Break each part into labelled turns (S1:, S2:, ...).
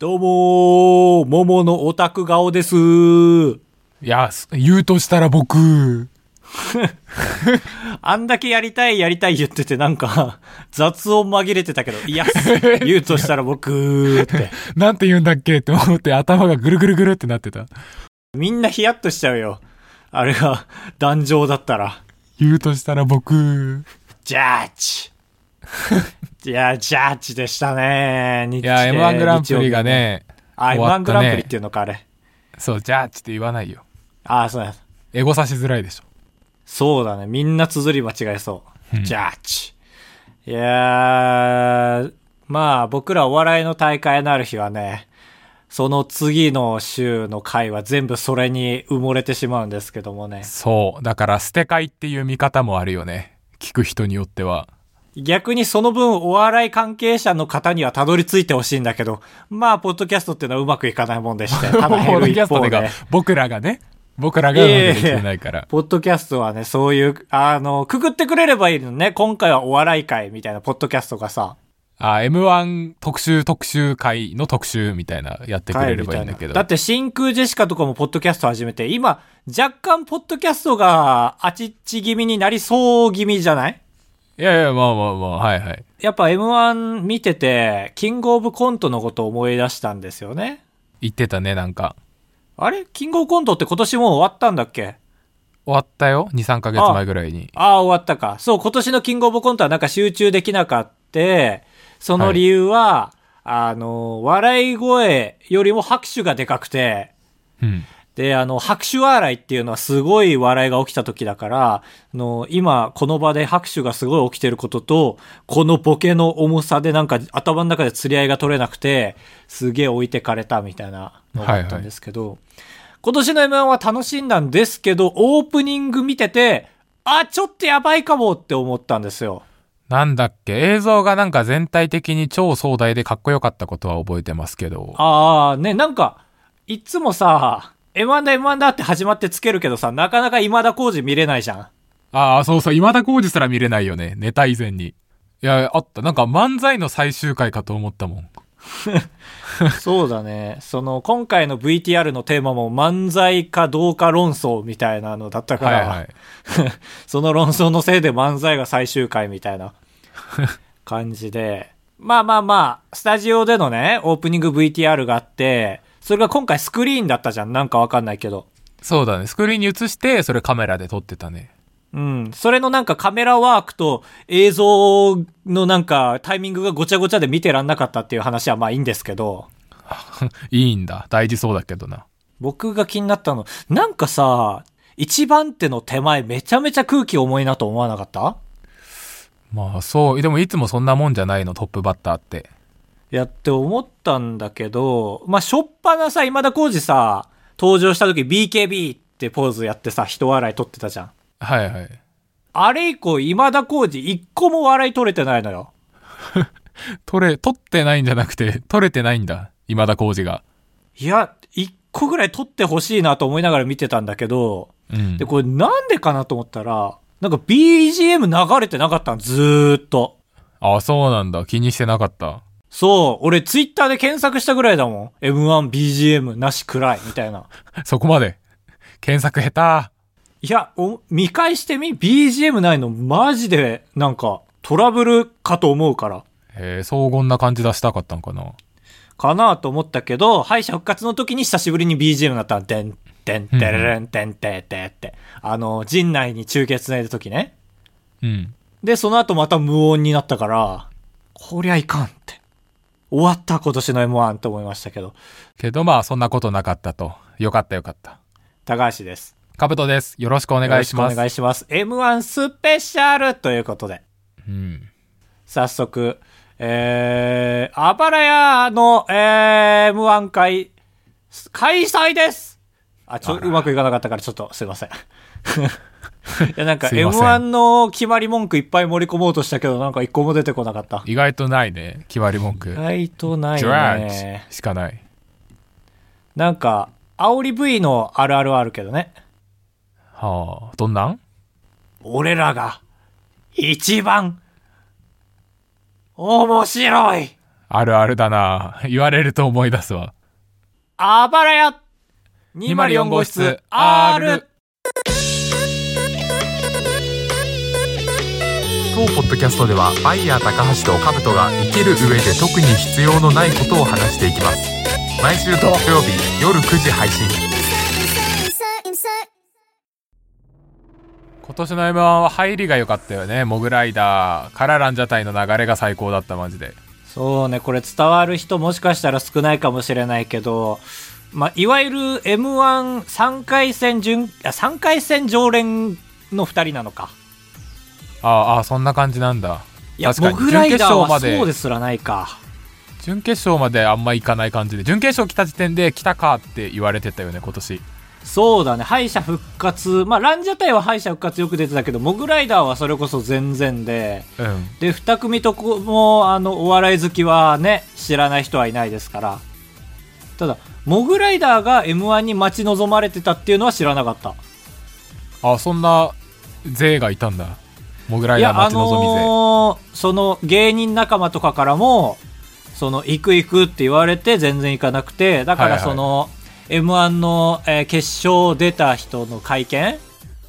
S1: どうもー、桃のオタク顔ですー。
S2: いや、す言うとしたら僕、
S1: あんだけやりたいやりたい言っててなんか、 雑音紛れてたけど、 いや、言うとしたら僕ーって。
S2: なんて言うんだっけって思って頭がぐるぐるぐるってなってた。
S1: みんなヒヤッとしちゃうよ。あれが、壇上だったら。
S2: 言うとしたら僕。
S1: ジャッ ジ。いや、ジャッジでしたねー。
S2: いや、M1 グランプリが
S1: ね。
S2: ね、
S1: あ、
S2: 終わ
S1: M1
S2: っ
S1: グ
S2: たね
S1: ランプリっていうのか、あれ。
S2: そう、ジャッジって言わないよ。
S1: あ、そうだ。
S2: エゴさしづらいでしょ。
S1: そうだね。みんな綴り間違えそう。
S2: うん
S1: ジャッジ。いやー、まあ僕らお笑いの大会のある日はね、その次の週の回は全部それに埋もれてしまうんですけどもね。
S2: そう、だから捨て会っていう見方もあるよね。聞く人によっては。
S1: 逆にその分お笑い関係者の方にはたどり着いてほしいんだけど、まあ、ポッドキャストっていうのはうまくいかないもんで して、ただ減る一方
S2: ポッドキャス
S1: で
S2: トが。僕らがね、僕らがうまくできてないから。
S1: ポッドキャストはね、そういう、あの、くぐってくれればいいのね。今回はお笑い会みたいなポッドキャストがさ、
S2: あ、M1 特集特集会の特集みたいなやってくれればいい
S1: は
S2: んだ
S1: みた
S2: け
S1: い
S2: ど。
S1: なだって真空ジェシカとかもポッドキャスト始めて、今、若干ポッドキャストがあちっち気味になりそう気味じゃない
S2: いやいや、まあまあまあ、はいはい。
S1: やっぱ M1 見てて、キングオブコントのことを思い出したんですよね。
S2: 言ってたね、なんか。
S1: あれキングオブコントって今年もう終わったんだっけ
S2: 終わったよ2、3ヶ月前ぐらいに。
S1: ああ、終わったか。そう、今年のキングオブコントはなんか集中できなかった。その理由は、あの、笑い声よりも拍手がでかくて、
S2: うん。
S1: で、あの、拍手笑いっていうのはすごい笑いが起きた時だから、あの、今、この場で拍手がすごい起きてることと、このボケの重さでなんか頭の中で釣り合いが取れなくて、すげえ置いてかれたみたいなのがあったんですけど、今年の M1 は楽しんだんですけど、オープニング見てて、あ、ちょっとやばいかもって思ったんですよ。
S2: なんだっけ映像がなんか全体的に超壮大でかっこよかったことは覚えてますけど。
S1: ああ、ね、なんか、いつもさ、M1 だ M1 だって始まってつけるけどさ、なかなか今田耕司見れないじゃん。
S2: ああ、そうそう、今田耕司すら見れないよね。ネタ以前に。いや、あった。なんか漫才の最終回かと思ったもん。
S1: そうだね。その、今回の VTR のテーマも漫才かどうか論争みたいなのだったか
S2: は
S1: ら、
S2: いはい。
S1: その論争のせいで漫才が最終回みたい な感じで。まあまあまあ、スタジオでのね、オープニング VTR があって、それが今回スクリーンだったじゃん。なんかわかんないけど。
S2: そうだね。スクリーンに映して、それカメラで撮ってたね。
S1: うん。それのなんかカメラワークと映像のなんかタイミングがごちゃごちゃで見てらんなかったっていう話はまあいいんですけど。
S2: いいんだ。大事そうだけどな。
S1: 僕が気になったの、なんかさ、一番手の手前めちゃめちゃ空気重いなと思わなかった
S2: まあそう。でもいつもそんなもんじゃないの、トップバッターって。
S1: いやって思ったんだけど、まあ、しょっぱなさ、今田耕司さ、登場した時 BKB ってポーズやってさ、人笑い取ってたじゃん。
S2: はいはい。
S1: あれ以降、今田耕司一個も笑い取れてないのよ。
S2: 撮れ、撮ってないんじゃなくて、撮れてないんだ。今田耕司が。
S1: いや、一個ぐらい取ってほしいなと思いながら見てたんだけど、
S2: うん
S1: で、。これなんでかなと思ったら、なんか BGM 流れてなかったの、ずーっと。
S2: あ、そうなんだ。気にしてなかった。
S1: そう、俺ツイッターで検索したぐらいだもん。M1BGM なし暗いみたいな。
S2: そこまで。検索下
S1: いや、お見返してみ ?BGM ないのマジでなんかトラブルかと思うから。
S2: 手。えー、荘厳な感じ出したかったんかな。
S1: かなと思ったけど、敗者復活の時に久しぶりに BGM になったの。でん、でん、てれれん、てん、ててって。あの、陣内に中継繋いだ時ね。
S2: うん。
S1: で、その後また無音になったから、こりゃいかんって。終わった今年の M1 って思いましたけど。
S2: けどまあ、そんなことなかったと。よかったよかった。
S1: 高橋です。
S2: カブトです。よろしくお願いしま
S1: よろしくお
S2: す。
S1: 願いします。M1 スペシャルということで、
S2: うん。
S1: 早速、えー、あばら屋の、えー、M1 会、開催ですあ、ちょ、
S2: あら
S1: うまくいかなかったからちょっとすいま せん。いや、なんか
S2: すいません
S1: M1 の決まり文句いっぱい盛り込もうとしたけど、なんか一個も出てこなかった。
S2: 意外とないね。決まり文句。
S1: 意外とない
S2: ジュラー
S1: ね。
S2: しかない。
S1: なんか、煽り V のあるあるはあるけどね。
S2: はあ、どんなん
S1: 俺らが、一番、面白い
S2: あるあるだな言われると思い出すわ。
S1: あばらや !204 号室 R!
S2: 当ポッドキャストではバイヤー高橋と兜が生きる上で特に必要のないことを話していきます毎週土曜日夜9時配信
S3: insert, insert.
S2: 今年の M1 は入りが良かったよねモグライダーからランジャタイの流れが最高だったマジで
S1: そうね、これ伝わる人もしかしたら少ないかもしれないけど、まあ、いわゆる M13 回戦準、あ、3回戦常連の2人なのか。
S2: ああああそんな感じなんだ
S1: いや、
S2: 確か
S1: モ
S2: に
S1: グライダー
S2: 準決勝ま
S1: は
S2: で
S1: そうですらないか。
S2: 準決勝まであんま行かない感じで準決勝来た時点で来たかって言われてたよね今年
S1: そうだね、敗者復活。まあ、ランジャタイは敗者復活よく出てたけど、モグライダーはそれこそ全然で、
S2: うん
S1: で、二組とこも、あの、お笑い好きはね、知らない人はいないですから。ただ、モグライダーが M1 に待ち望まれてたっていうのは知らなかった。
S2: あそんな勢がいたんだモグライ
S1: い
S2: ダー
S1: や、あ
S2: 待ち望み勢、
S1: のーその芸人仲間とかからも、その、行く行くって言われて全然行かなくて、だか
S2: はい
S1: ら
S2: はい
S1: その、M1 の、えー決勝出た人の会見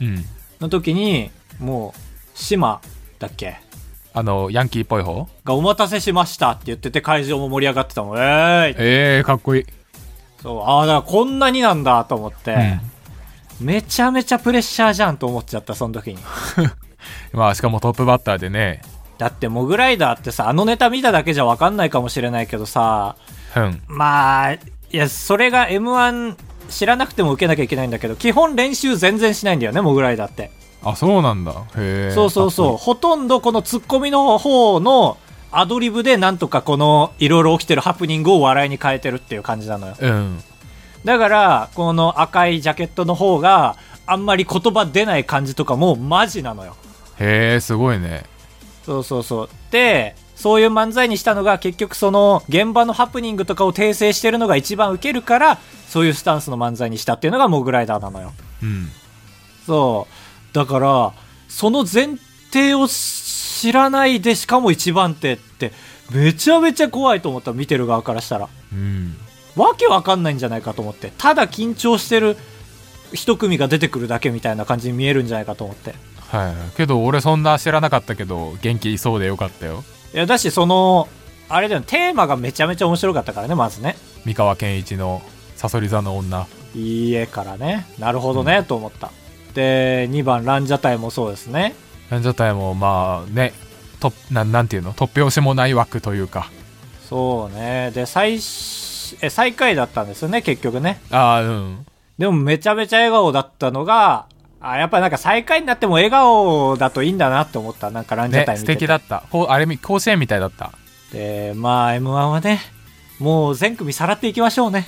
S2: うん
S1: の時に、もう、島だっけ
S2: あのヤンキーっぽい方
S1: がお待たせしましたって言ってて会場も盛り上がってたもん。えーい
S2: ええかっこいい、
S1: そう、ああ、だからこんなになんだと思って、
S2: うん
S1: めちゃめちゃプレッシャーじゃんと思っちゃった、その時に。
S2: まあしかもトップバッターでね
S1: だって、モグライダーってさ、あのネタ見ただけじゃわかんないかもしれないけどさ、
S2: うん
S1: まあ、いや、それが M1 知らなくても受けなきゃいけないんだけど、基本練習全然しないんだよね、モグライダーって。
S2: あそうなんだへえ
S1: そうそうそう。ほとんどこのツッコミの方のアドリブでなんとかこのいろいろ起きてるハプニングを笑いに変えてるっていう感じなのよ。
S2: ううん
S1: だから、この赤いジャケットの方が、あんまり言葉出ない感じとかもマジなのよ。
S2: へえすごいね
S1: そうそうそう。で、そういう漫才にしたのが結局その現場のハプニングとかを訂正してるのが一番ウケるから、そういうスタンスの漫才にしたっていうのがモグライダーなのよ。
S2: うん
S1: そう。だから、その前提を知らないでしかも一番手って、めちゃめちゃ怖いと思った、見てる側からしたら。
S2: うん
S1: わけわかんないんじゃないかと思って。ただ緊張してる一組が出てくるだけみたいな感じに見えるんじゃないかと思って。
S2: はいけど俺そんな知らなかったけど元気いそうでよかったよ
S1: いや、だし、その、あれだよね、テーマがめちゃめちゃ面白かったからね、まずね。
S2: 三河健一の「さそり座の女
S1: いい絵からね。なるほどね、と思った。で、2番、ランジャタイもそうですね。」
S2: ランジャタイもまあねとなんなんていうの突拍子もない枠というか
S1: そうね。で、最し、え、最下位だったんですよね、結局ね。
S2: ああうん
S1: でもめちゃめちゃ笑顔だったのが、あやっぱなんか最下位になっても笑顔だといいんだなって思った。なんかランジャ
S2: ね
S1: タイ見
S2: 素
S1: てて、
S2: 敵だったこうあれみ甲子園みたいだった
S1: で、まあ M1 はね、もう全組さらっていきましょうね。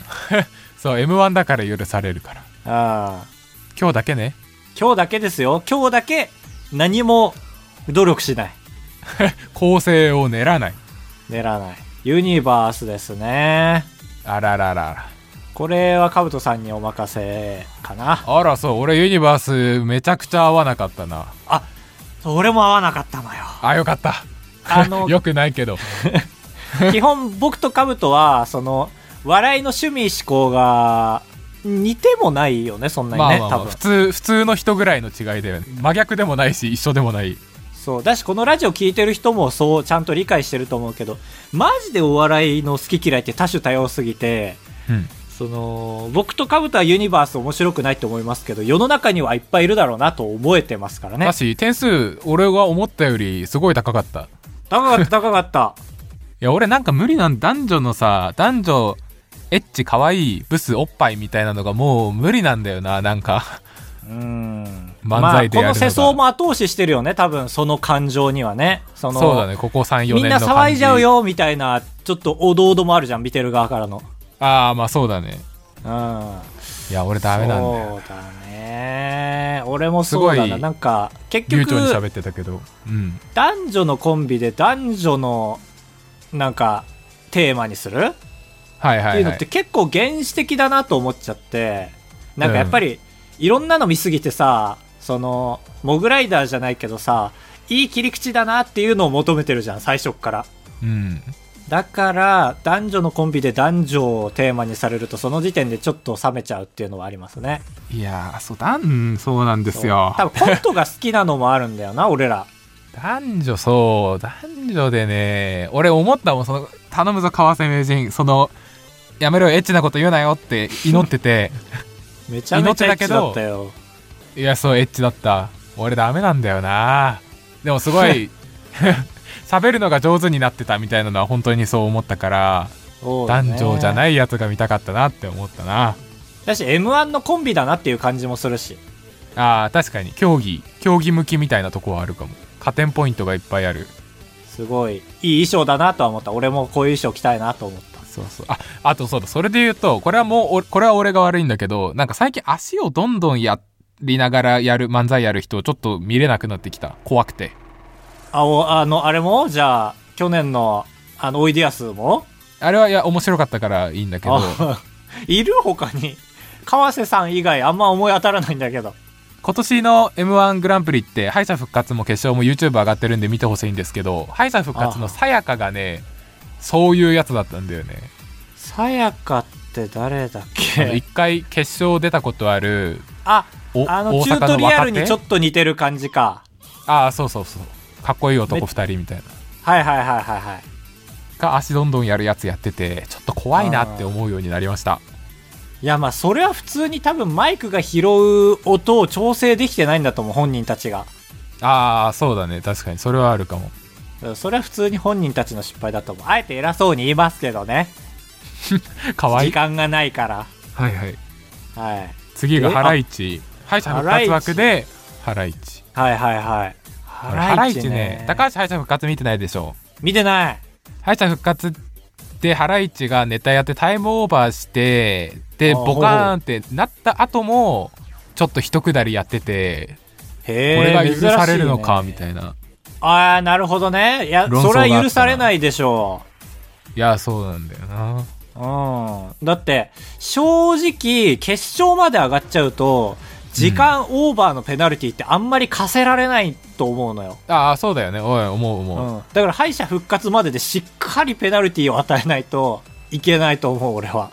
S2: そう m 1だから許されるから
S1: ああ。
S2: 今日だけね
S1: 今日だけですよ。今日だけ何も努力しない。
S2: 構成を練らない
S1: 練らない。ユニバースですね。
S2: あらららら
S1: これはカブトさんにお任せかな。
S2: あらそう俺ユニバースめちゃくちゃ合わなかったな
S1: あ、俺も合わなかったのよ。
S2: あよかった
S1: あの、
S2: よくないけど
S1: 基本僕とカブトは、その、笑いの趣味思考が似てもないよね、そんなに
S2: まあ
S1: ね、
S2: まあ、ま
S1: 多
S2: あ、
S1: 分
S2: 普。通普通の人ぐらいの違いだよね真逆でもないし一緒でもない
S1: そう。だし、このラジオ聞いてる人もそう、ちゃんと理解してると思うけど、マジでお笑いの好き嫌いって多種多様すぎて、
S2: うん
S1: その、僕とカブトはユニバース面白くないと思いますけど、世の中にはいっぱいいるだろうなと思えてますからね
S2: だ。し点数俺が思ったよりすごい高かったい
S1: 高かった、高かった。
S2: や俺なんか無理なん男女のさ男女エッチ可愛いブスおっぱいみたいなのがもう無理なんだよななんか
S1: うん
S2: 漫才でや
S1: まあ、
S2: るのが
S1: この世相も後押ししてるよね多分その感情にはねその
S2: そうだねここ34年の
S1: みんな騒いじゃうよみたいなちょっとおどおどもあるじゃん見てる側からの
S2: ああまあそうだね
S1: うん
S2: いや俺ダメなんだよ
S1: そうだね俺もそうだ
S2: すご
S1: ないなんか結
S2: 流暢に
S1: 局
S2: 喋ってたけどうん
S1: 男女のコンビで男女のなんかテーマにする
S2: はいはい、は
S1: っ
S2: い、
S1: ていうのって結構原始的だなと思っちゃってなんかやっぱり、いろんなの見すぎてさそのモグライダーじゃないけどさいい切り口だなっていうのを求めてるじゃん最初っから
S2: うん
S1: だから、男女のコンビで男女をテーマにされると、その時点でちょっと冷めちゃうっていうのはありますね。
S2: いやーそう男そうなんですよ
S1: 多分コントが好きなのもあるんだよな、 俺ら。
S2: 男女そう男女でね俺思ったもんその頼むぞ川瀬名人そのやめろよエッチなこと言うなよって祈ってて
S1: めちゃめちゃエッチだったよ。。
S2: いやそうエッチだった俺ダメなんだよなでもすごい 喋るのが上手になってたみたいなのは本当にそう思ったから、男女じゃないいやつが見たかったなって思ったな
S1: だし、M1 のコンビだなっていう感じもするし。
S2: あー確かに競技競技向きみたいなとこはあるかも加点ポイントがいっぱいある
S1: すごい、いい衣装だなとは思った。俺もこういう衣装着たいなと思った。
S2: そうそうああとそうだそれで言うとこれはもうおこれは俺が悪いんだけどなんか最近足をどんどんやりながらやる漫才やる人をちょっと見れなくなってきた怖くて
S1: あ、おあの、あれもじゃあ、去年の、あの、おいでやすも
S2: あれはいや面白かったからいいんだけど
S1: あ いる他に。川瀬さん以外あんま思い当たらないんだけど。
S2: 今年の m 1グランプリって敗者復活も決勝も YouTube 上がってるんで見てほしいんですけど敗者復活のさやかがねそういうやつだったんだよね
S1: さやかって誰だっ
S2: あの
S1: け
S2: 一回決勝出たことある
S1: あ、
S2: お
S1: あの、
S2: 大
S1: チュート
S2: 阪の
S1: リアル
S2: 若手
S1: にちょっと似てる感じか。
S2: ああそうそうそうかっこいい男2人みたいな
S1: はいはいはいはいはい。
S2: が足どんどんやるやつやっててちょっと怖いなって思うようになりました
S1: いやまあそれは普通に多分マイクが拾う音を調整できてないんだと思う本人たちが
S2: ああーそうだね確かにそれはあるかも
S1: それは普通に本人たちの失敗だと思うあえて偉そうに言いますけどね
S2: かわい
S1: 時
S2: い
S1: 間がないから
S2: はいはい
S1: はい
S2: 次がハライチ敗者復活枠でハライチ
S1: はいはいはい
S2: ハ
S1: ハ
S2: ライチね高橋敗者復活見てないでしょ
S1: 見てない
S2: 敗者復活でハライチがネタやってタイムオーバーしてで
S1: あー
S2: ボカーンってなった後もちょっと一くだりやっててこ
S1: へえ
S2: れが許されるのか
S1: 珍しい
S2: み
S1: ね
S2: たいな
S1: ああなるほどねいや
S2: 論争
S1: そ
S2: があったな
S1: れは許されないでしょ
S2: いやそうなんだよな
S1: ううんだって正直決勝まで上がっちゃうと時間オーバーのペナルティってあんまり課せられないと思うのよ、
S2: ああそうだよねおい思う思う、
S1: うん、だから敗者復活まででしっかりペナルティーを与えないといけないと思う俺は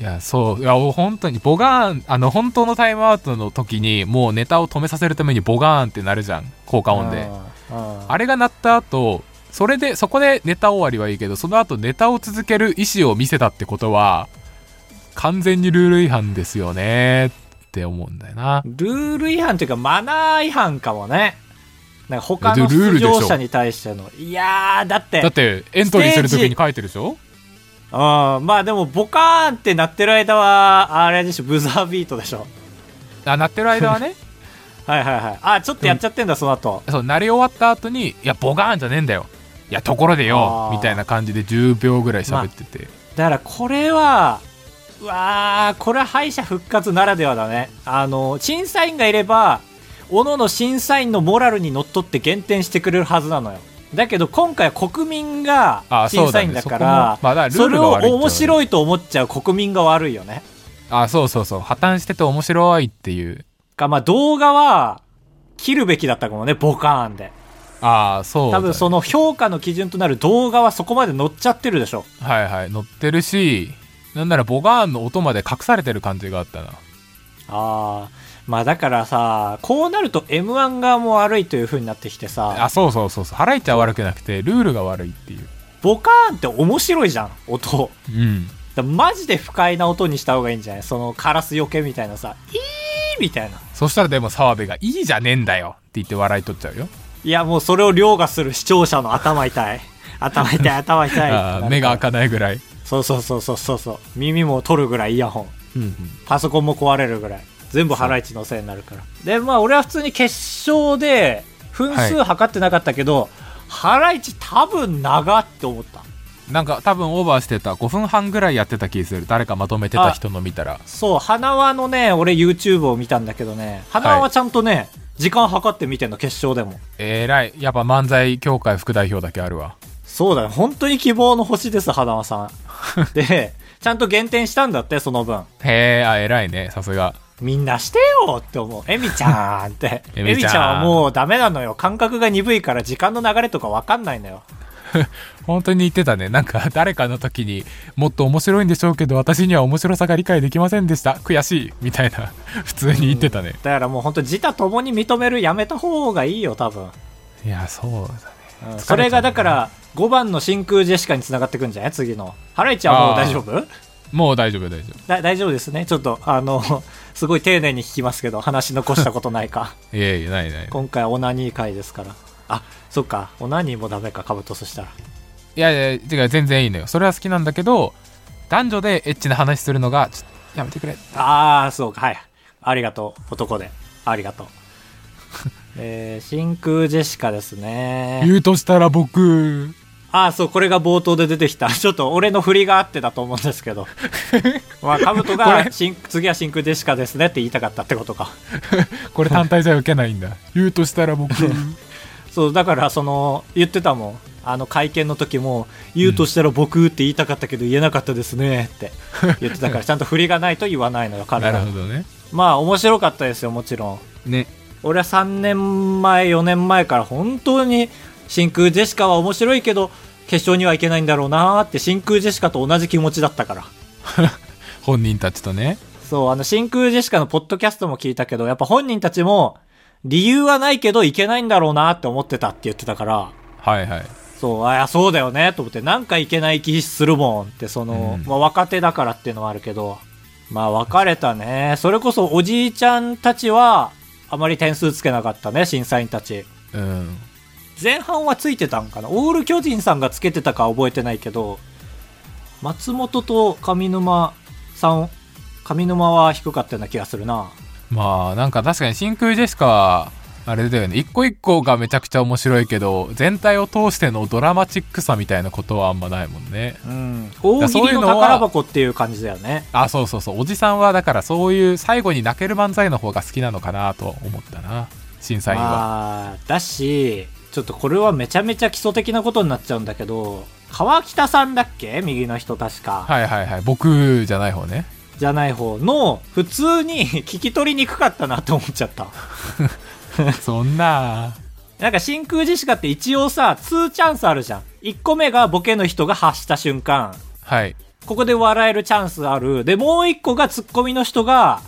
S1: い
S2: やそういや本当にボガーンあの本当のタイムアウトの時にもうネタを止めさせるためにボガーンってなるじゃん効果音
S1: う
S2: で、
S1: んうん
S2: あれが鳴った後それでそこでネタ終わりはいいけどその後ネタを続ける意思を見せたってことは完全にルール違反ですよねって思うんだよな
S1: ルール違反というかマナー違反かもねなんか他
S2: いや
S1: の
S2: でルー
S1: 出
S2: ルでしょ
S1: 場者に対してのいやーだって
S2: だってエントリーする時に書いてるでしょ
S1: うん、まあでもボカーンって鳴ってる間はあれでしょブザービートでしょ
S2: あ鳴ってる間は ね
S1: はいはいはいあちょっとやっちゃってんだその後
S2: そう鳴り終わった後にいやボガーンじゃねえんだよいやところでよ
S1: あー
S2: みたいな感じで10秒ぐらい喋ってて、
S1: だからこれはうわーこれは敗者復活ならではだねあの審査員がいれば各々審査員のモラルにのっとって減点してくれるはずなのよだけど今回は国民が
S2: あそ
S1: 審
S2: うだ
S1: 査
S2: ね
S1: 員だか
S2: そこもまあだから
S1: ら
S2: ルー
S1: そ
S2: ル
S1: れ
S2: が
S1: を
S2: 悪いっていうのはね
S1: 面白いと思っちゃう国民が悪いよね
S2: あそうそうそう破綻してて面白いっていう
S1: かまあ動画は切るべきだったかもねボカーンで
S2: ああそうだ
S1: 多
S2: ね、
S1: 分その評価の基準となる動画はそこまで乗っちゃってるでしょ
S2: はいはい乗ってるしなんならボガーンの音まで隠されてる感じがあったな
S1: ああまあだからさこうなると m 1側も悪いという風になってきてさ
S2: あそうそうそうそうハライチは悪くなくてルールが悪いっていう
S1: ボカーンって面白いじゃん音
S2: うん
S1: だマジで不快な音にした方がいいんじゃないそのカラスよけみたいなさ「イー」みたいな
S2: そしたらでも澤部が「いいじゃねえんだよ」って言って笑い取っちゃうよ
S1: いやもうそれを凌駕する視聴者の頭痛い頭痛い頭痛い
S2: あー目が開かないぐらい、
S1: そうそうそうそうそうそう耳も取るぐらいイヤホン
S2: うんうん、
S1: パソコンも壊れるぐらい全部ハライチのせいになるからでまあ俺は普通に決勝で分数測ってなかったけど、ハライチ多分長って思った
S2: なんか多分オーバーしてた5分半ぐらいやってた気する誰かまとめてた人の見たら
S1: そう花輪のね俺 YouTube を見たんだけどね花輪はちゃんとね、時間計って見てんの決勝でも
S2: えらいやっぱ漫才協会副代表だけあるわ
S1: そうだね本当に希望の星です花輪さんでちゃんと減点したんだってその分
S2: へえあ偉いねさすが。
S1: みんなしてよって思う。エミちゃんって
S2: エミちゃん
S1: エミちゃんはもうダメなのよ。感覚が鈍いから時間の流れとかわかんないのよ。
S2: 本当に言ってたね。なんか 誰かの時にもっと面白いんでしょうけど、私には面白さが理解できませんでした。悔しい。みたいな、 普通に言ってたね。
S1: だからもう本当自他ともに認めるやめた方がいいよ多分、
S2: いや、そうだね。
S1: うんそれがだから5番の真空ジェシカにつながってくんじゃない次のハライチはもう大丈夫
S2: もう大丈夫、大丈
S1: だ大丈夫ですねちょっとあの すごい丁寧に聞きますけど話残したことない か
S2: 夫。いやいや、ないない。
S1: 今回オナニー回ですからあそっかオナニーもダメかカブトそしたら
S2: いやいや、違う、全然いいのよ。それは好きなんだけど、男女でエッチな話するのが、ちょっとやめてくれ。
S1: ああそうかはいありがとう男でありがとう えー、真空ジェシカですね
S2: 言うとしたら僕、
S1: ああそうこれが冒頭で出てきたちょっと俺の振りがあってだと思うんですけどまあカブト
S2: こ
S1: が
S2: れ
S1: 真次は真空ジェシカですねって言いたかったってことか
S2: これ単体じゃ受けないん だ。言うとしたら僕。
S1: そうだからその言ってたもんあの会見の時も言うとしたら僕って言いたかったけど言えなかったですねって言ってたからちゃんと振りがないと言わないのよ彼
S2: な
S1: ら
S2: るほどね。
S1: まあ面白かったですよもちろん
S2: ね。
S1: 俺は3年前4年前から本当に真空ジェシカは面白いけど決勝にはいけないんだろうなーって真空ジェシカと同じ気持ちだったから
S2: 本人たちとね。
S1: そうあの真空ジェシカのポッドキャストも聞いたけどやっぱ本人たちも理由はないけどいけないんだろうなーって思ってたって言ってたから
S2: はいはい。
S1: そう、あ、いやそうだよね、と思って、なんかいけない気するもんって、その、
S2: うん
S1: まあ若手だからっていうのはあるけど、まあ別れたね。それこそおじいちゃんたちは、あまり点数つけなかったね、審査員たち。
S2: うん。
S1: 前半はついてたんかなオール巨人さんがつけてたか覚えてないけど、松本と上沼さん、上沼は低かったような気がするな。
S2: まあなんか確かに真空ジェシカはあれだよね一個一個がめちゃくちゃ面白いけど全体を通してのドラマチックさみたいなことはあんまないもんね
S1: うん。
S2: や
S1: 大喜
S2: そう
S1: 利
S2: い
S1: の
S2: うのは
S1: 宝箱っていう感じだよね。
S2: あそうそうそうおじさんはだからそういう最後に泣ける漫才の方が好きなのかなと思ったな審査員は
S1: まあ、だしちょっとこれはめちゃめちゃ基礎的なことになっちゃうんだけど川北さんだっけ右の人確か、
S2: はいはいはい僕じゃない方ね
S1: じゃない方の普通に 聞き取りにくかったなと思っちゃった
S2: そんな
S1: なんか真空ジェシカって一応さ2チャンスあるじゃん1個目がボケの人が発した瞬間
S2: はい
S1: ここで笑えるチャンスあるでもう1個がツッコミの人が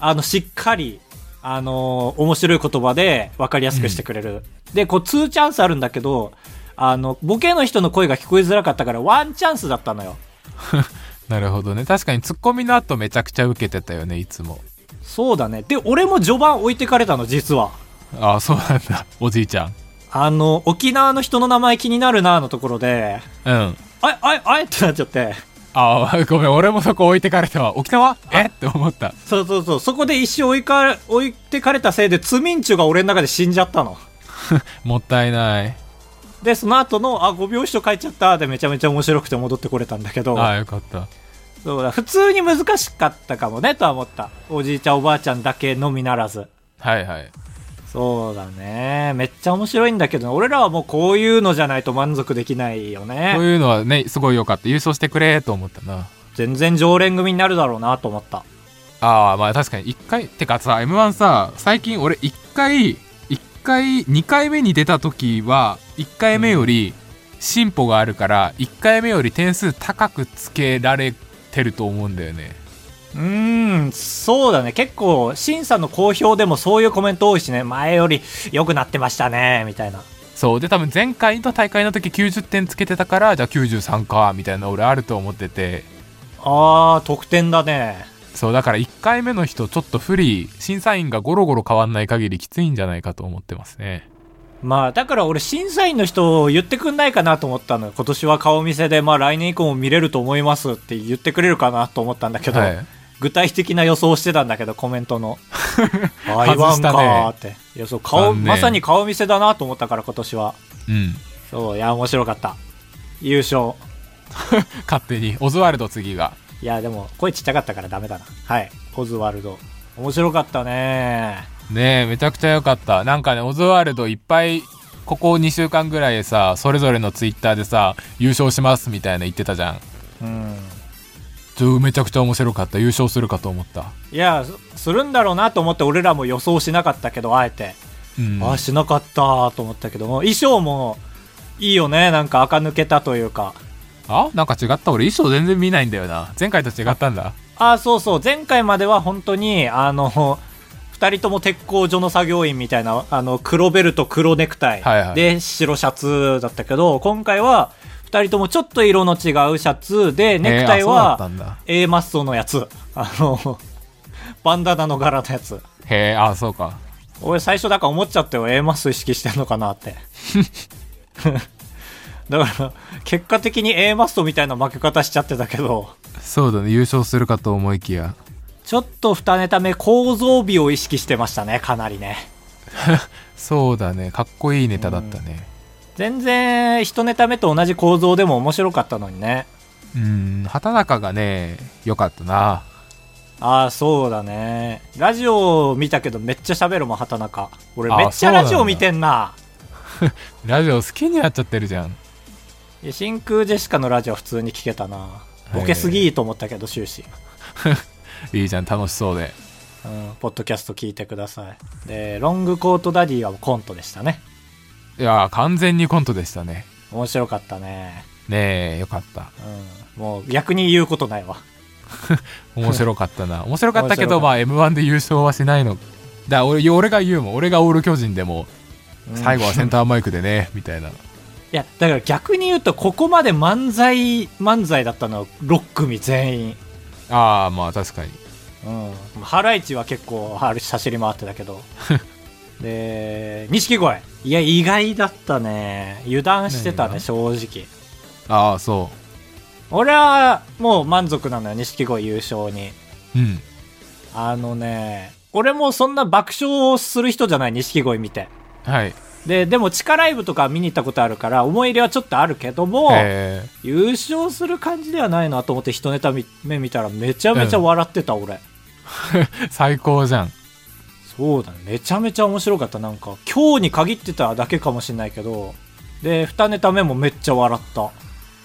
S1: あのしっかりあの面白い言葉で分かりやすくしてくれる、でこう2チャンスあるんだけどあのボケの人の声が聞こえづらかったからワンチャンスだったのよ
S2: なるほどね確かにツッコミの後めちゃくちゃ受けてたよねいつも
S1: そうだねで俺も序盤置いてかれたの実は
S2: あそうなんだおじいちゃん
S1: あの沖縄の人の名前気になるなのところで
S2: うん
S1: あいあいあいってなっちゃって
S2: あごめん俺もそこ置いてかれたわ沖縄えって思った
S1: そうそうそうそこで一瞬追いか置いてかれたせいでツミンチュが俺の中で死んじゃったの
S2: もったいない
S1: でその後の「あ5秒書書いちゃった」でめちゃめちゃ面白くて戻ってこれたんだけど
S2: ああよかった
S1: そうだ普通に難しかったかもねとは思ったおじいちゃんおばあちゃんだけのみならず
S2: はいはい
S1: そうだねめっちゃ面白いんだけど俺らはもうこういうのじゃないと満足できないよ
S2: こう
S1: ね
S2: いうのはねすごいよかった優勝してくれと思ったな
S1: 全然常連組になるだろうなと思った
S2: ああまあ確かに1回てかさ m 1さ最近俺1回1回2回目に出た時は1回目より進歩があるから1回目より点数高くつけられてると思うんだよね
S1: うーんそうだね結構審査の好評でもそういうコメント多いしね前より良くなってましたねみたいな
S2: そうで多分前回の大会の時90点つけてたからじゃあ93かみたいな俺あると思ってて
S1: あー得点だね
S2: そうだから1回目の人ちょっと不利審査員がゴロゴロ変わんない限りきついんじゃないかと思ってますね
S1: まあだから俺審査員の人言ってくんないかなと思ったのよ今年は顔見せでまあ来年以降も見れると思いますって言ってくれるかなと思ったんだけど、
S2: はい
S1: 具体的な予想をしてたんだけどコメントの「あ言
S2: 外
S1: わ
S2: し
S1: ん
S2: たね
S1: か」って、いやそう顔
S2: 残念
S1: まさに顔見せだなと思ったから今年は
S2: うん
S1: そういや面白かった優勝
S2: 勝手にオズワルド次が
S1: いやでも声ちっちゃかったからダメだなはいオズワルド面白かったね
S2: ねえめちゃくちゃ良かったなんかねオズワルドいっぱいここ2週間ぐらいでさそれぞれのツイッターでさ優勝しますみたいな言ってたじゃん
S1: うん
S2: ちょめちゃくちゃ面白かった優勝するかと思った
S1: いやすするんだろうなと思って俺らも予想しなかったけどあえて
S2: うん
S1: あしなかったと思ったけども衣装もいいよね。なんか垢抜けたというか。
S2: あなんか違った俺衣装全然見ないんだよな前回と違ったんだ
S1: ああ、そうそう。前回までは本当に、あの、二人とも鉄工所の作業員みたいな、あの、黒ベルト、黒ネクタイ
S2: はいはい
S1: で白シャツだったけど、今回は二人ともちょっと色の違うシャツで、ネクタイ
S2: えーあそうだった
S1: は
S2: んだ
S1: A マッソのやつ。あの、 バンダナの柄のやつ。
S2: へえあそうか
S1: 俺最初だから思っちゃったよ A マッソ意識してんのかなって だから結果的に A マッソみたいな負け方しちゃってたけど
S2: そうだね優勝するかと思いきや
S1: ちょっと2ネタ目構造美を意識してましたねかなりね
S2: そうだねかっこいいネタだったね
S1: 全然1ネタ目と同じ構造でも面白かったのにね
S2: うん畑中がね良かったな
S1: ああそうだねラジオ見たけどめっちゃ喋るもん畑中俺
S2: あー
S1: めっちゃ
S2: そうなん
S1: ラ
S2: だ
S1: ジオ見てんな
S2: ラジオ好きになっちゃってるじゃん
S1: いや真空ジェシカのラジオ普通に聞けたなボケすぎと思ったけど終始
S2: いいじゃん楽しそうで
S1: うん、ポッドキャスト聞いてください。で、ロングコートダディはコントでしたね。
S2: いやー完全にコントでしたね
S1: 面白かったね。
S2: ねえよかった
S1: うん。もう逆に言うことないわ。
S2: 面白かった な面白かったけど
S1: 面白か
S2: まあ m 1で優勝はしないのだ俺俺が言うもん俺がオール巨人でも最後はセンターマイクでね みたいない
S1: や、だから逆に言うと、ここまで漫才、漫才だったのは6組全員。
S2: ああまあ確かに
S1: うん。ハライチは結構、はる走り回ってたけ ど。で、錦鯉。いや、意外だったね。油断してた
S2: 何
S1: ね、
S2: が
S1: 正直。
S2: ああそ
S1: 俺はもう満足なのよ、錦鯉優勝に。
S2: ううん
S1: あのね、俺もそんな爆笑をする人じゃない、錦鯉見て。
S2: はい
S1: で、でも地下ライブとか見に行ったことあるから、思い入れはちょっとあるけども、
S2: えー
S1: 優勝する感じではないなと思って一ネタ見目見たらめちゃめちゃ笑ってた、俺。
S2: 最高じゃん
S1: そうだね、めちゃめちゃ面白かった。なんか、今日に限ってただけかもしれないけど、で、二ネタ目もめっちゃ笑った。
S2: あ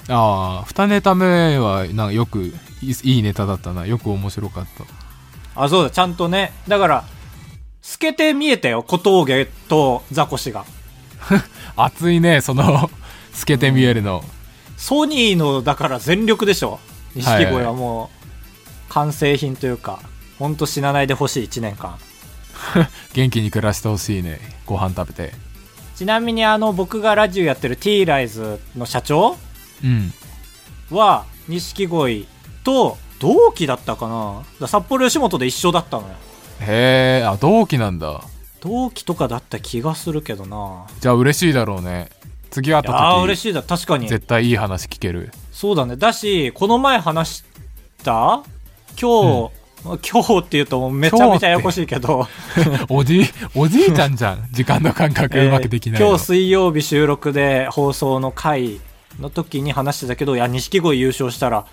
S2: あ2ネタ目はなんかよくいいいいネタだったなよく面白かった
S1: あ、そうだ、ちゃんとね。だから、透けて見えたよ、小峠とザコシが。
S2: 熱いね その透けて見えるの、
S1: ソニーのだから全力でしょ錦鯉はもう完成品というかほんと死なないでほしい1年間
S2: 元気に暮らしてほしいねご飯食べて
S1: ちなみにあの僕がラジオやってる T ライズの社長
S2: うん
S1: は錦鯉と同期だったかなだ札幌吉本で一緒だったのよ
S2: へえあ同期なんだ
S1: 同期とかだった気がするけどな
S2: じゃあ嬉しいだろうね次会っ
S1: い
S2: た
S1: や
S2: 時
S1: ー嬉しいだ確かに
S2: 絶対いい話聞ける
S1: そうだねだしこの前話した今日、今日って言うともうめちゃめちゃややこしいけど
S2: おじいおじいちゃん じゃん時間の感覚うまくできない
S1: えー
S2: の、
S1: 今日水曜日収録で放送の回の時に話してたけどいや錦鯉優勝したら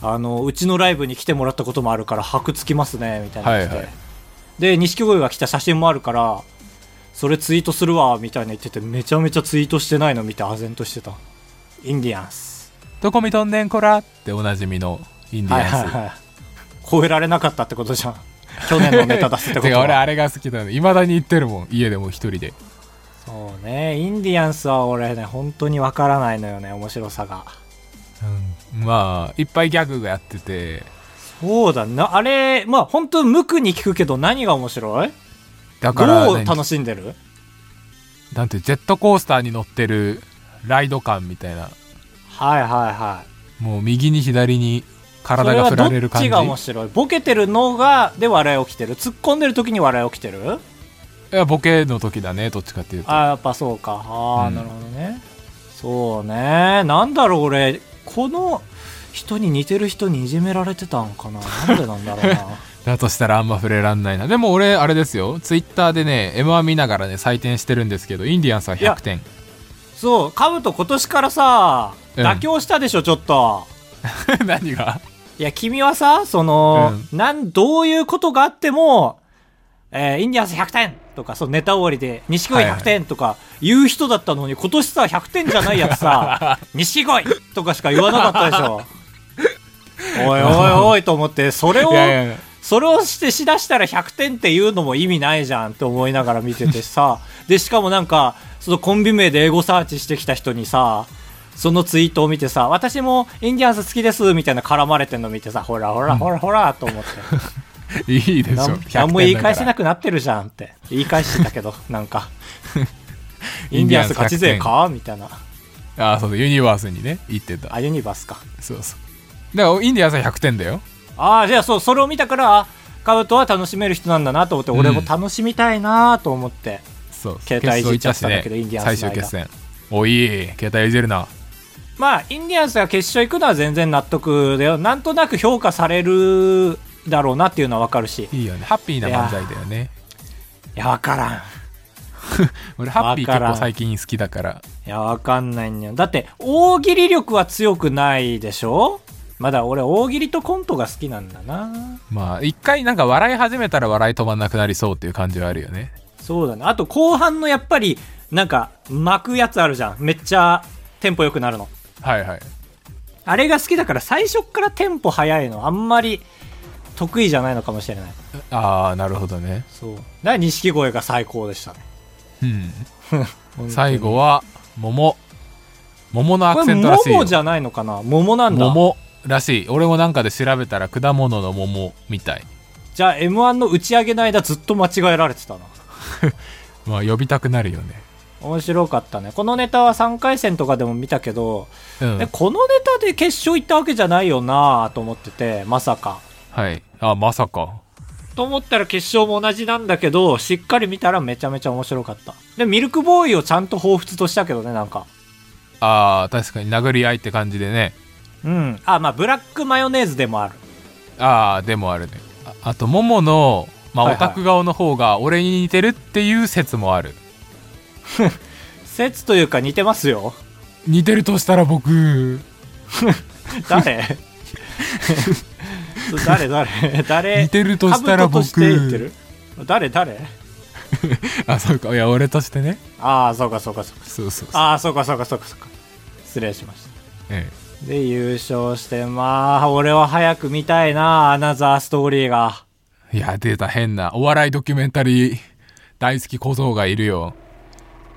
S1: あのうちのライブに来てもらったこともあるから箔つきますねみたいなの来て、
S2: はいはい
S1: で錦鯉が来た写真もあるからそれツイートするわみたいな言っててめちゃめちゃツイートしてないの見て唖然としてたインディアンス
S2: どこ見とんねんこらっておなじみのインディア
S1: は
S2: ン
S1: い
S2: ス、
S1: はいはい超えられなかったってことじゃん去年のネタ出すってこ
S2: て
S1: と
S2: か俺
S1: は
S2: あれが好きだねいまだに行ってるもん家でも一人で
S1: そうねインディアンスは俺ね本当にわからないのよね面白さが
S2: うん、まあいっぱいギャグがやってて
S1: そうだな。あれ、まあ本当無垢に聞くけど何が面白い
S2: だから
S1: どう
S2: 何
S1: 楽しんでる
S2: なんてジェットコースターに乗ってるライド感みたいな
S1: はいはいはい。
S2: もう右に左に体が
S1: そ
S2: 振
S1: れ
S2: ら
S1: は
S2: れ
S1: ど
S2: る
S1: っち
S2: 感
S1: が面
S2: じ
S1: 白いボケてるのが、で笑い起きてる突っ込んでる時に笑い起きてる
S2: いやボケの時だねどっちかっていうと
S1: ああ、やっぱそうか。ああ、
S2: うん
S1: なるほどね。そうね。なんだろう俺、この人に似てる人にいじめられてたんかな。なんでなんだろう な。
S2: だとしたらあんま触れらんないなでも俺あれですよツイッターでね m 1見ながらね採点してるんですけどインディアンスはい
S1: や
S2: 100点
S1: そう、カブト今年からさ、
S2: うん
S1: 妥協したでしょ、ちょっと。
S2: 何が
S1: いや、君はさ、その、なん、どういうことがあっても、えーインディアンス100点とか、そう、ネタ終わりで、錦鯉100点とか言う人だったのに、今年さ、100点じゃないやつ さ、錦鯉 とかしか言わなかったでしょ。おいおいおいと思って、それを
S2: いやいや
S1: それをしてしだしたら100点っていうのも意味ないじゃんって思いながら見ててさ、 で、しかもなんか、そのコンビ名で英語サーチしてきた人にさ、そのツイートを見てさ、私もインディアンス好きですみたいな絡まれてんの見てさ、ほらほらほらほらと思 って。
S2: いいでし
S1: な
S2: ょ
S1: ん
S2: 100
S1: 何も言い返せな
S2: く
S1: くなってるじゃんって言い返してたけどなん か
S2: イ
S1: イ
S2: ン
S1: ン
S2: デ
S1: ディ
S2: ィア
S1: ア
S2: ン
S1: ン
S2: ス
S1: ス勝ち勢かみたいな
S2: ああそうそうユニバースにね行ってた
S1: あユニバースか
S2: そうそうだからインディアンスは100点だよ
S1: ああじゃあそうそれを見たからあカブトは楽しめる人なんだなと思って、
S2: うん
S1: 俺も楽しみたいなと思って
S2: そう
S1: 携帯いじっちゃったんだけど
S2: 決
S1: イン
S2: 勝行
S1: ディアンスの
S2: 最
S1: 間
S2: 終決戦おいい携帯いじるな
S1: まあインディアンスが決勝行くのは全然納得だよなんとなく評価されるだろうなっていうのは分かるしい
S2: いいよねハッピーな漫才だよね
S1: や分からん
S2: 俺ハッピ
S1: わ
S2: ー結
S1: からん
S2: 構最近好きだから
S1: いや、わかんないんだよ。だって、大喜利力は強くないでしょまだ俺、大喜利とコントが好きなんだな。
S2: まあ一回なんか笑い始めたら笑い止まんなくなりそうっていう感じはあるよね
S1: そうだね。あと、後半のやっぱり、なんか、巻くやつあるじゃん。めっちゃ、テンポ良くなるの。
S2: はいはい
S1: あれが好きだから、最初っからテンポ早いの。あんまり、得意じゃないのかもしれない。
S2: ああなるほどね
S1: そう。だから、錦鯉が最高でしたね。
S2: うん
S1: 本当に
S2: 最。後は桃桃のア
S1: こ
S2: ク
S1: れ、
S2: セントらしいよ
S1: 桃じゃないのかな桃なんだ。
S2: 桃らしい俺もなんかで調べたら果物の桃みたい
S1: じゃあ、M1 の打ち上げの間、ずっと間違えられてたな。
S2: まあ呼びたくなるよね
S1: 面白かったね。このネタは3回戦とかでも見たけど、
S2: うん
S1: えこのネタで決勝行ったわけじゃないよなぁと思ってて、まさか。
S2: はいあまさか
S1: と思ったら決勝も同じなんだけど、しっかり見たらめちゃめちゃ面白かった。で、ミルクボーイをちゃんと彷彿としたけどね、なんか。
S2: あー確かに殴り合いって感じでね
S1: うん。あ、まあ、ブラックマヨネーズでもある。
S2: ああでもあるねああと桃の、まあ、
S1: はい
S2: オ
S1: はい
S2: タク顔の方が俺に似てるっていう説もある、
S1: 説というか似てますよ。
S2: 似てるとしたら僕
S1: 誰 そう誰誰誰
S2: 似てるとしたら僕
S1: 兜として言ってる誰誰
S2: あそうかいや俺としてね
S1: ああ、そうかそうかそうか。
S2: そうそうそう
S1: ああ、そうかそうかそうかそうか。失礼しました。
S2: え
S1: で優勝してまあ俺は早く見たいなアナザーストーリーが
S2: えいや出た変なお笑いドキュメンタリー大好き小僧がいるよ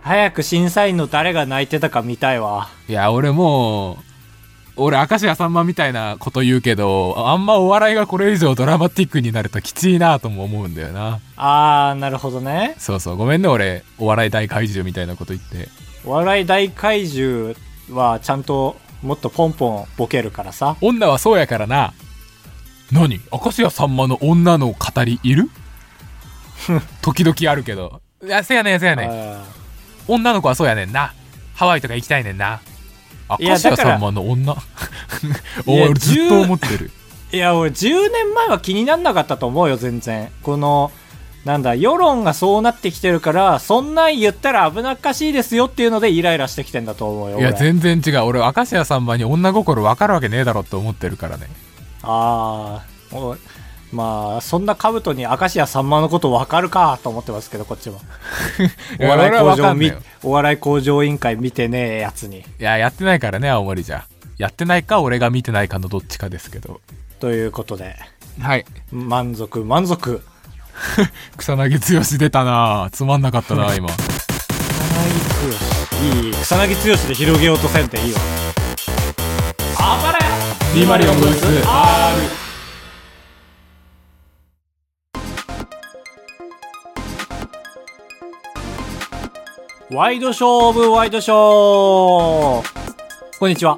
S1: 早く審査員の誰が泣いてたか見たいわ
S2: いや俺もう俺明石家さんまみたいなこと言うけどあんまお笑いがこれ以上ドラマティックになるときついなとも思うんだよな
S1: あーなるほどね
S2: そうそうごめんね俺お笑い大怪獣みたいなこと言って
S1: お笑い大怪獣はちゃんともっとポンポンボケるからさ
S2: 女はそうやからな何明石家さんまの女の語りい る時々あるけどいやせやねんせやねん
S1: あ
S2: 女の子はそうやねんなハワイとか行きたいねんない明
S1: や
S2: 石家
S1: だから
S2: さんまの 女
S1: いや
S2: 俺ずっと
S1: 10
S2: 思ってる
S1: ーいや俺10年前は気になんなかったと思うよ全然このなんだ世論がそうなってきてるからそんなん言ったら危なっかしいですよっていうのでイライラしてきてんだと思うよ
S2: いや
S1: 俺
S2: 全然違う俺明石家さんまに女心分かるわけねえだろって思ってるからね
S1: ああ、おまあ、そんな兜に明石家さんまのことわかるかと思ってますけど、こっちは。
S2: い
S1: お
S2: や
S1: 笑い
S2: 俺はわ
S1: 工
S2: か
S1: 場
S2: んない
S1: み
S2: よ、
S1: お笑い工場委員会見てねえやつに。
S2: いややってないからね青森じゃやってないか俺が見てないかのどっちかですけど
S1: ということで、
S2: はい
S1: 満足、満足。
S2: 草薙剛出たなつまんなかったな今
S1: 草薙剛。いい、草薙剛で広げようとせんていいよ。あばれ
S2: D マリオンブース
S1: R! ワイドショーオブワイドショーこんにちは。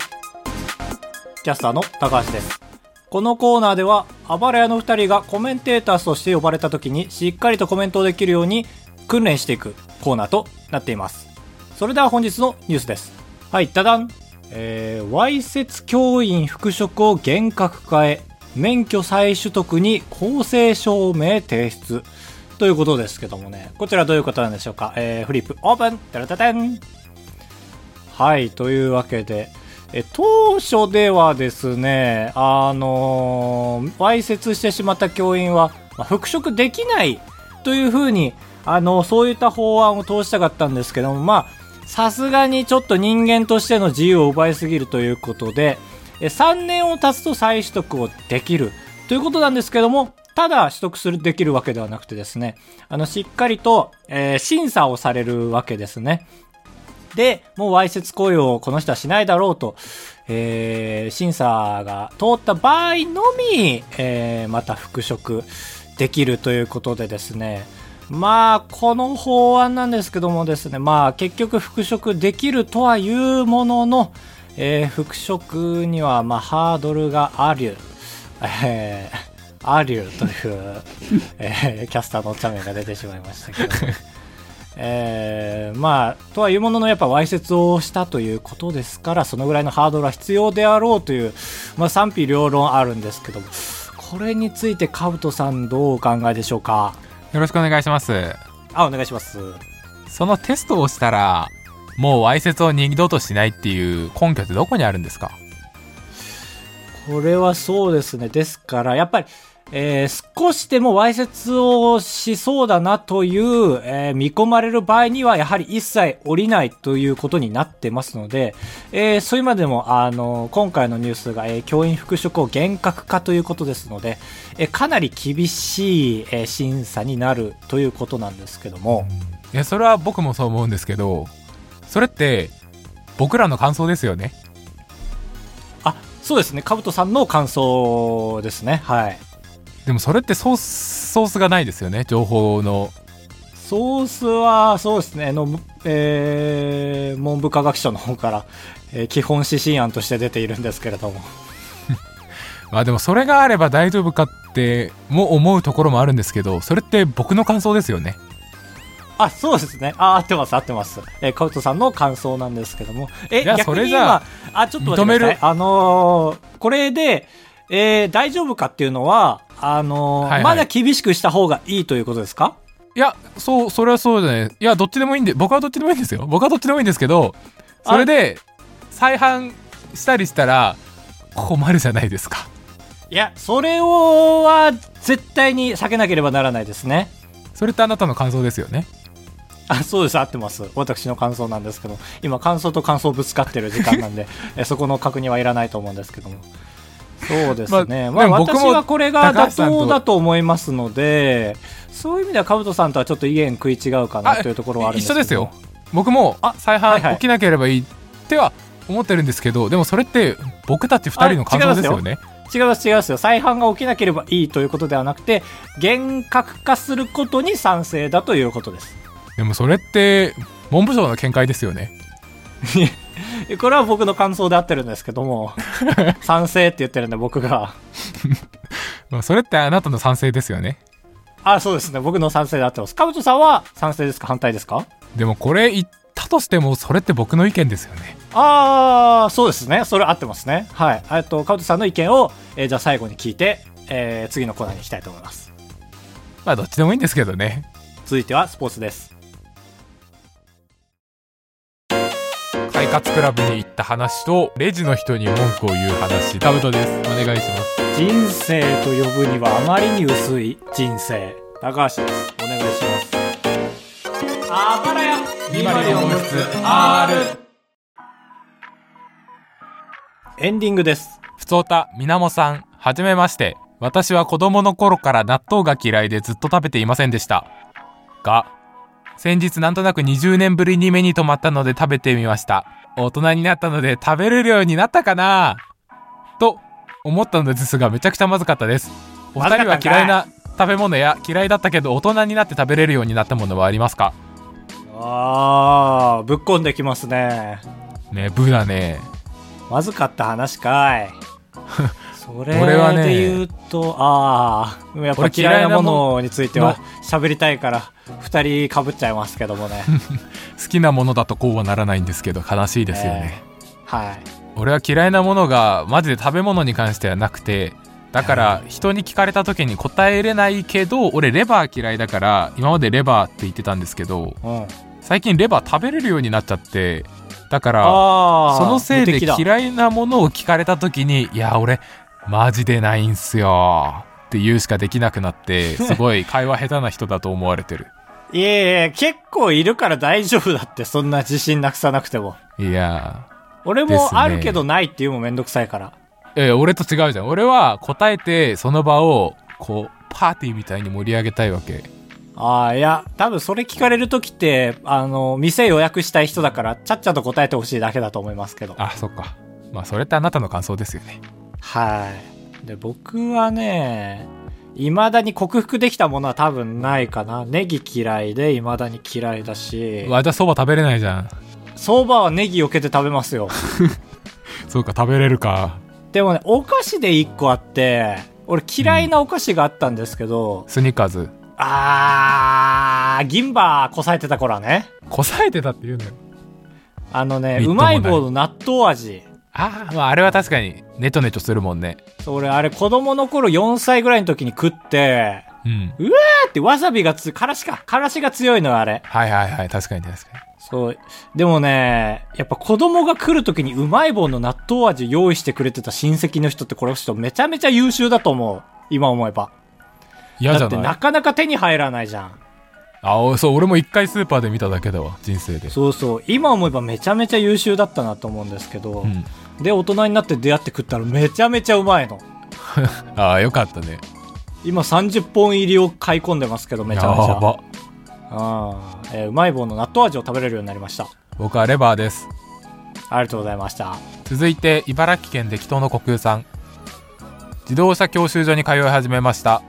S1: キャスターの高橋です。このコーナーでは、あばらやの二人がコメンテーターとして呼ばれた時にしっかりとコメントをできるように訓練していくコーナーとなっています。それでは本日のニュースです。はい、ダダン。えー、わいせつ教員復職を厳格化へ、免許再取得に公正証明提出。ということですけどもね。こちらどういうことなんでしょうか。えー、フリップオープンタラタタンはい、というわけで、え当初ではですね、あのー、わいせつしてしまった教員は、まあ復職できないというふうに、あのそういった法案を通したかったんですけども、まあ、さすがにちょっと人間としての自由を奪いすぎるということで、え3年を経つと再取得をできるということなんですけども、ただ取得する、できるわけではなくてですね、あの、しっかりと、えー審査をされるわけですね。で、もうわいせつ行為をこの人はしないだろうと、えー審査が通った場合のみ、えーまた復職できるということでですね、まあ、この法案なんですけどもですね、まあ、結局復職できるとはいうものの、えー復職には、まあ、ハードルがある、えー、あるという、えーキャスターのお茶目が出てしまいましたけども。えーまあとはいうもののやっぱわいせつをしたということですからそのぐらいのハードルは必要であろうという、まあ、賛否両論あるんですけどもこれについてカブトさんどうお考えでしょうか
S2: よろしくお願いします
S1: あお願いします
S2: そのテストをしたらもうわいせつを二度としないっていう根拠ってどこにあるんですか
S1: これはそうですねですからやっぱり、えー少しでもわいせつをしそうだなという、えー見込まれる場合にはやはり一切降りないということになってますので、えーそういうまでもあの今回のニュースが、えー教員復職を厳格化ということですので、えーかなり厳しい、えー審査になるということなんですけども、
S2: いやそれは僕もそう思うんですけどそれって僕らの感想ですよね
S1: あそうですねかぶとさんの感想ですねはい
S2: でもそれってソースソースがないですよね情報の
S1: ソースは、そうですね、あの、えー文部科学省の方から、えー基本指針案として出ているんですけれども。
S2: まあでもそれがあれば大丈夫かっても思うところもあるんですけどそれって僕の感想ですよね
S1: あ、そうですね。あ、合ってます、合ってます。えーカウトさんの感想なんですけども。え、
S2: いや
S1: 逆に
S2: それじゃあ
S1: 今、あ、ちょっと待ってください
S2: 認める
S1: あのーこれで、えー大丈夫かっていうのは、あのー
S2: はいはい
S1: まだ厳しくした方がいいということですか
S2: いやそうそれはそうじゃないいやどっちでもいいんで僕はどっちでもいいんですよ僕はどっちでもいいんですけどそれで再犯したりしたら困るじゃないですか
S1: いや、それをは、絶対に避けなければならないですね。
S2: それってあなたの感想ですよね
S1: あそうです合ってます私の感想なんですけど今感想と感想ぶつかってる時間 なんでえそこの確認はいらないと思うんですけどもそうですね、ま
S2: まあ
S1: あ
S2: でも僕
S1: 私
S2: も
S1: はこれが
S2: 高橋さん
S1: 妥
S2: と
S1: 当だと思いますのでそういう意味ではカブトさんとはちょっと意見食い違うかな
S2: あ
S1: というところはあるんです
S2: 一
S1: け
S2: 緒
S1: ど
S2: ですよ僕もあ再
S1: はいは
S2: 犯
S1: い
S2: 起きなければいいっては思ってるんですけど、でもそれって僕たち2人の感想ですよね
S1: 違います違いますよ再犯が起きなければいいということではなくて厳格化することに賛成だということです
S2: でもそれって文部省の見解ですよね
S1: えこれは僕の感想で合ってるんですけど も賛成って言ってるんで僕が
S2: まあそれってあなたの賛成ですよね
S1: あ、そうですね。僕の賛成であってます。カブトさんは賛成ですか反対ですか
S2: でもこれ言ったとしてもそれって僕の意見ですよね
S1: あー、そうですね。それ合ってますね。はい。えっと、カブトさんの意見を、えーじゃあ最後に聞いて、えー次のコーナーに行きたいと思います。
S2: まあどっちでもいいんですけどね
S1: 続いてはスポーツです。
S2: 快活クラブに行った話とレジの人に文句を言う話タブトですお願いします
S1: 人生と呼ぶにはあまりに薄い人生。高橋です。お願いします。あばらやエンディングです。
S2: ふつおたみなもさんはじめまして私は子供の頃から納豆が嫌いでずっと食べていませんでしたが先日なんとなく20年ぶりに目に留まったので食べてみました大人になったので食べれるようになったかなと思ったのですがめちゃくちゃまずかったですお二人は嫌いな食べ物や嫌いだったけど大人になって食べれるようになったものはありますか
S1: あー、ぶっこんできますね。
S2: ねブーだね
S1: まずかった話かい。それ
S2: 俺はね
S1: で言うと、ああ、やっぱ
S2: 俺嫌
S1: 嫌
S2: い
S1: い
S2: な
S1: な
S2: も
S1: も
S2: の
S1: のについては喋りたいから、二人かぶっちゃいますけどもね。
S2: 好きなものだとこうはならないんですけど悲しい ですよね、
S1: はい。
S2: 俺は嫌いなものがマジで食べ物に関してはなくてだから人に聞かれた時に答えれないけど俺レバー嫌いだから今までレバーって言ってたんですけど
S1: うん。
S2: 最近レバー食べれるようになっちゃってだから
S1: ああ、
S2: そのせい
S1: 無
S2: で
S1: 敵だ
S2: 嫌いなものを聞かれた時に「いや俺マジでないんすよ」って言うしかできなくなってすごい会話下手な人だと思われてる
S1: いえいえ、結構いるから大丈夫だって、そんな自信なくさなくても。
S2: いや
S1: 俺
S2: ですね
S1: もあるけどないっていうのもめんどくさいから。
S2: えー俺と違うじゃん俺は答えてその場をこうパーティーみたいに盛り上げたいわけ
S1: ああ、いや、多分それ聞かれるときって、あの、店予約したい人だから、ちゃっちゃと答えてほしいだけだと思いますけど。
S2: あそっかまあそれってあなたの感想ですよね
S1: はい。で、僕はね、未だに克服できたものは多分ないかな。ネギ嫌いで未だに嫌いだし、
S2: わじゃあそば食べれないじゃん
S1: 相場はネギ避けて食べますよ。
S2: そうか食べれるか
S1: でもね、お菓子で一個あって、俺嫌いなお菓子があったんですけど、
S2: スニーカーズ
S1: あー、銀歯こさえてた頃はね、
S2: こさえてたって言うのよ
S1: あのね
S2: みっ、と
S1: う
S2: もな
S1: ま
S2: い
S1: い棒の納豆味。
S2: ああまああれは確かにネトネトするもんね
S1: そう俺、あれ子供の頃4歳ぐらいの時に食って、
S2: うん
S1: だってわさびがつ、からしか、からしが強いのよ、あれ。
S2: はいはいはい確かに確かに
S1: そう。でもね、やっぱ子供が来る時にうまい棒の納豆味用意してくれてた親戚の人ってこの人めちゃめちゃ優秀だと思う。今思えば。
S2: 嫌じ
S1: だ
S2: ゃ
S1: って
S2: な
S1: ないかなか手に入らないじゃん。
S2: あおそう俺も一回スーパーで見ただけだわ人生で
S1: そうそう。今思えばめちゃめちゃ優秀だったなと思うんですけど。
S2: うん
S1: で、大人になって出会って食ったらめちゃめちゃうまいの。
S2: ああよかったね
S1: 今30本入りを買い込んでますけど、めちゃめち
S2: や
S1: ゃ。
S2: ば
S1: あーえーうまい棒の納豆味を食べれるようになりました。
S2: 僕はレバーです
S1: ありがとうございました。
S2: 続いて茨城県で紀東の国有さん自動車教習所に通い始めました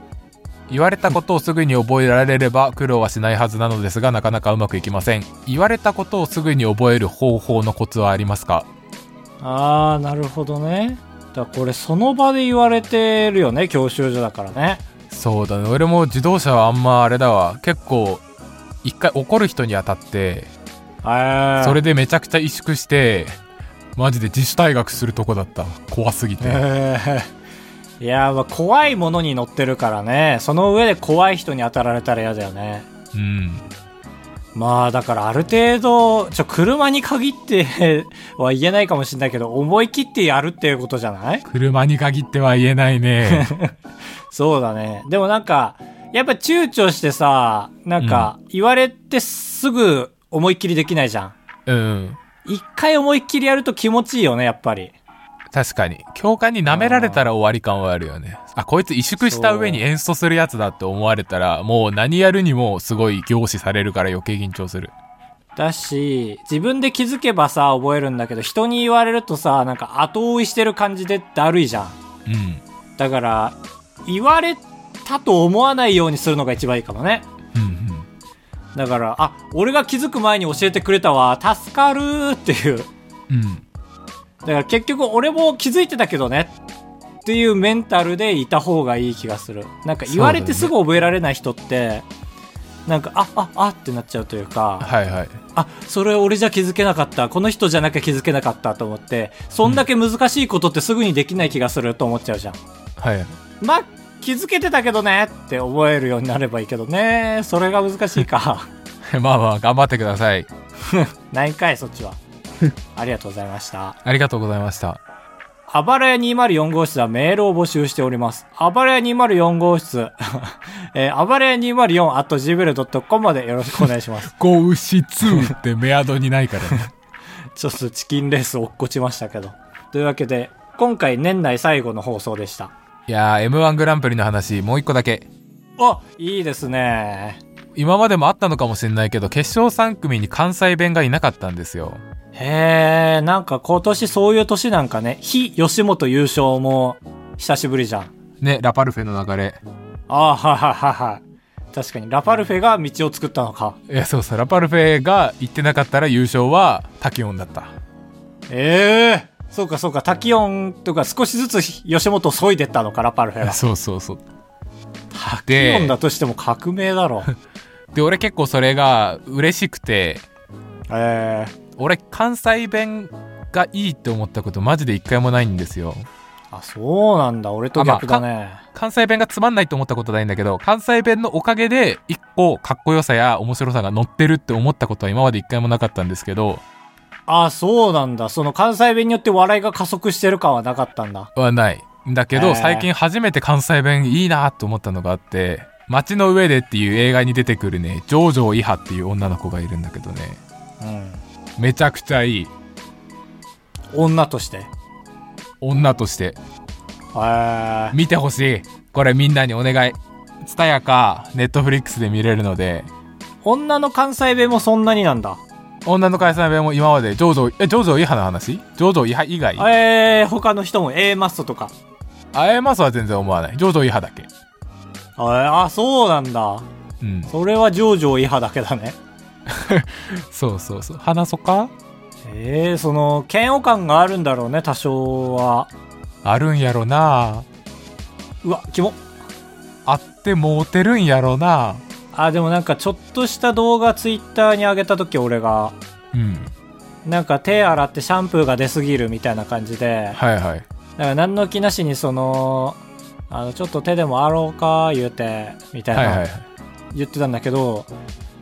S2: 言われたことをすぐに覚えられれば苦労はしないはずなのですがなかなかうまくいきません言われたことをすぐに覚える方法のコツはありますか
S1: ああなるほどねだからこれその場で言われてるよね教習所だからね
S2: そうだね俺も自動車はあんまあれだわ結構一回怒る人に当たって
S1: え
S2: それでめちゃくちゃ萎縮してマジで自主退学するとこだった怖すぎて
S1: え ーいやーまあ怖いものに乗ってるからねその上で怖い人に当たられたら嫌だよね
S2: うん
S1: まあだからある程度ちょ車に限っては言えないかもしれないけど思い切ってやるっていうことじゃない
S2: 車に限っては言えないね
S1: そうだねでもなんかやっぱ躊躇してさなんか言われてすぐ思いっきりできないじゃん
S2: うん
S1: 一回思いっきりやると気持ちいいよねやっぱり
S2: 確かに教官に舐められたら終わり感はあるよねあこいつ萎縮した上に演奏するやつだって思われたらもう何やるにもすごい凝視されるから余計緊張する
S1: だし自分で気づけばさ覚えるんだけど人に言われるとさなんか後追いしてる感じでだるいじゃん
S2: うん
S1: だから言われたと思わないようにするのが一番いいかもね
S2: うんうん
S1: だからあ俺が気づく前に教えてくれたわ助かるっていう
S2: うん
S1: だから結局俺も気づいてたけどねっていうメンタルでいた方がいい気がするなんか言われてすぐ覚えられない人って、なんかあああってなっちゃうというか
S2: はいはい
S1: あそれ俺じゃ気づけなかったこの人じゃなきゃ気づけなかったと思ってそんだけ難しいことってすぐにできない気がすると思っちゃうじゃん、
S2: はい
S1: まあ気づけてたけどねって覚えるようになればいいけどねそれが難しいか
S2: まあまあ頑張ってください
S1: ないんかいそっ ちはありがとうございました
S2: ありがとうございました
S1: あばらや204号室はメールを募集しております。あばらや204号室、 えー、あばらや204 at gmail.com までよろしくお願いします。
S2: ご牛つってメアドにないからね
S1: ちょっとチキンレース落っこちましたけど。というわけで、今回年内最後の放送でした。
S2: いやー m 1グランプリの話もう一個だけ
S1: あいいですね。
S2: 今までもあったのかもしれないけど決勝3組に関西弁がいなかったんですよ
S1: へえ、なんか今年そういう年なんかね、非吉本優勝も久しぶりじゃん。
S2: ねラパルフェの流れ
S1: あーはははは。確かに、ラパルフェが道を作ったのか。
S2: いやそうそうラパルフェが行ってなかったら優勝はタキオンだった
S1: ええそうかそうか、タキオンとか少しずつ吉本を削いでったのか、ラパルフェが。
S2: そうそうそう
S1: タキ
S2: で
S1: オンだとしても革命だろ。
S2: で俺結構それが嬉しくて
S1: ええ
S2: 俺関西弁がいいって思ったことマジで一回もないんですよ
S1: あ、そうなんだ。俺と逆だね。
S2: 関西弁がつまんないと思ったことないんだけど関西弁のおかげで一個かっこよさや面白さが乗ってるって思ったことは今まで一回もなかったんですけど
S1: あ、そうなんだ。その関西弁によって笑いが加速してる感はなかったんだ。
S2: はないんだけ
S1: へ
S2: ど
S1: ー
S2: 最近初めて関西弁いいなと思ったのがあって「街の上で」っていう映画に出てくるねジョージョイハっていう女の子がいるんだけどね
S1: うん。
S2: めちゃくちゃいい
S1: 女として。
S2: 女として
S1: ええ
S2: 見てほしいこれみんなにお願いツ a ヤか Netflix で見れるので
S1: 女の関西弁もそんなになんだ。
S2: 女の解散弁も今まで上手え上手違反の話上手違反以外
S1: えー、他の人も A マストとか。
S2: あえますは全然思わない上手違反だけ
S1: あーあ、そうなんだ。
S2: うん
S1: それは上場違反だけだね。
S2: そうそうそう話そっか
S1: えー、その、嫌悪感があるんだろうね、多少は。
S2: あるんやろな
S1: うわ、キモ。
S2: あってもうてるんやろな
S1: あ、でもなんかちょっとした動画ツイッターに上げた時俺が、
S2: うん
S1: なんか手洗ってシャンプーが出すぎるみたいな感じで、
S2: はいは
S1: だ
S2: い
S1: から何の気なしにその、あの、ちょっと手でも洗おうか、言うて、みたい
S2: はいは
S1: ない言ってたんだけど、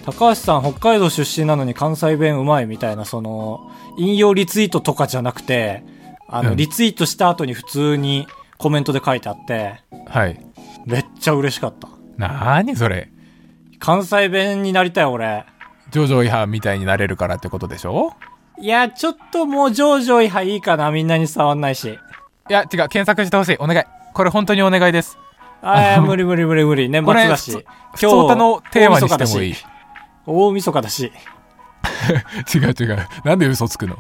S1: 高橋さん北海道出身なのに関西弁うまいみたいな、その、引用リツイートとかじゃなくて、あの、
S2: うん
S1: リツイートした後に普通にコメントで書いてあって、
S2: はい
S1: めっちゃ嬉しかった。
S2: なーにそれ
S1: 関西弁になりたい俺。
S2: 上場違反みたいになれるからってことでしょ
S1: いや、ちょっともう上場違反いいかな、みんなに伝わんないし。
S2: いや違う検索してほしいお願いこれ本当にお願いです
S1: あー 無理無理無理無理。年
S2: こ
S1: 末
S2: れ
S1: だし。
S2: ふつ普通歌のテーマにしてもいい
S1: 大晦日だし大晦日だし。
S2: 違う違うなんで嘘つくの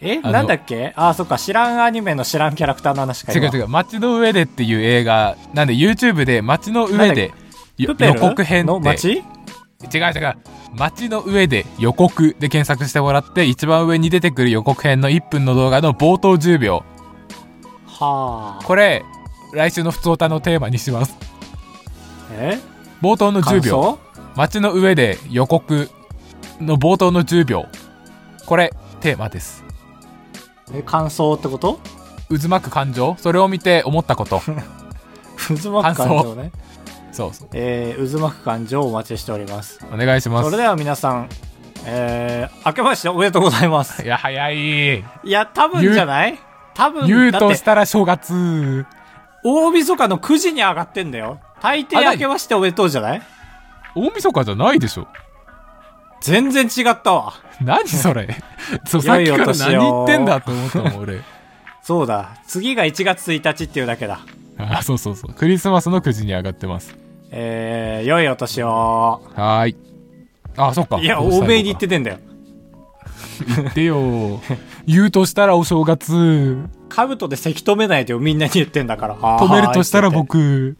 S1: え
S2: の
S1: なんだっけあー、そっか。知らんアニメの知らんキャラクターの話か。
S2: 違う
S1: 今
S2: 違う「街の上で」っていう映画なんで YouTube で「街
S1: な
S2: の
S1: ん
S2: 上
S1: だっ
S2: で
S1: け」
S2: よ
S1: プペル
S2: 予告編
S1: の
S2: って
S1: 街
S2: 違う違う「街の上で予告」で検索してもらって一番上に出てくる予告編の1分の動画の冒頭10秒
S1: はあ。
S2: これ来週の「ふつおた」のテーマにします
S1: え
S2: 冒頭の10
S1: 感
S2: 秒
S1: 想
S2: 「街の上で予告」の冒頭の10秒これテーマです
S1: え、感想ってこと
S2: 渦巻く感情それを見て思ったこと
S1: 渦巻く感情ね。
S2: そうそう
S1: えー、渦巻く感情をお待ちしております。
S2: お願いしま
S1: それ
S2: す
S1: では皆さん、えー、明けましておめでとうございます。
S2: いや早い
S1: いや、多分じゃない多分、
S2: 言う
S1: だ
S2: と
S1: っ、
S2: してたら正月
S1: 大晦日の9時に上がってんだよ。大抵
S2: あない
S1: 明けましておめでとうじゃない
S2: 大晦日じゃないでしょ
S1: 全然違ったわ。
S2: 何そ れそうさっ
S1: 良
S2: き
S1: い
S2: か
S1: お
S2: ら
S1: 年
S2: 何言
S1: を
S2: ってんだと思ったもん 俺
S1: そうだ。次が1月1日っていうだけだ。
S2: あそうそうそうクリスマスの9時に上がってます
S1: えー、良いお年を。
S2: はーいあそっか
S1: いや、
S2: そう最後
S1: 欧
S2: か
S1: 米に行っててんだよ。
S2: 言ってよ言うとしたらお正月
S1: 兜でせき止めないでよ、みんなに言ってんだから。
S2: 止
S1: 止
S2: めるとしたら僕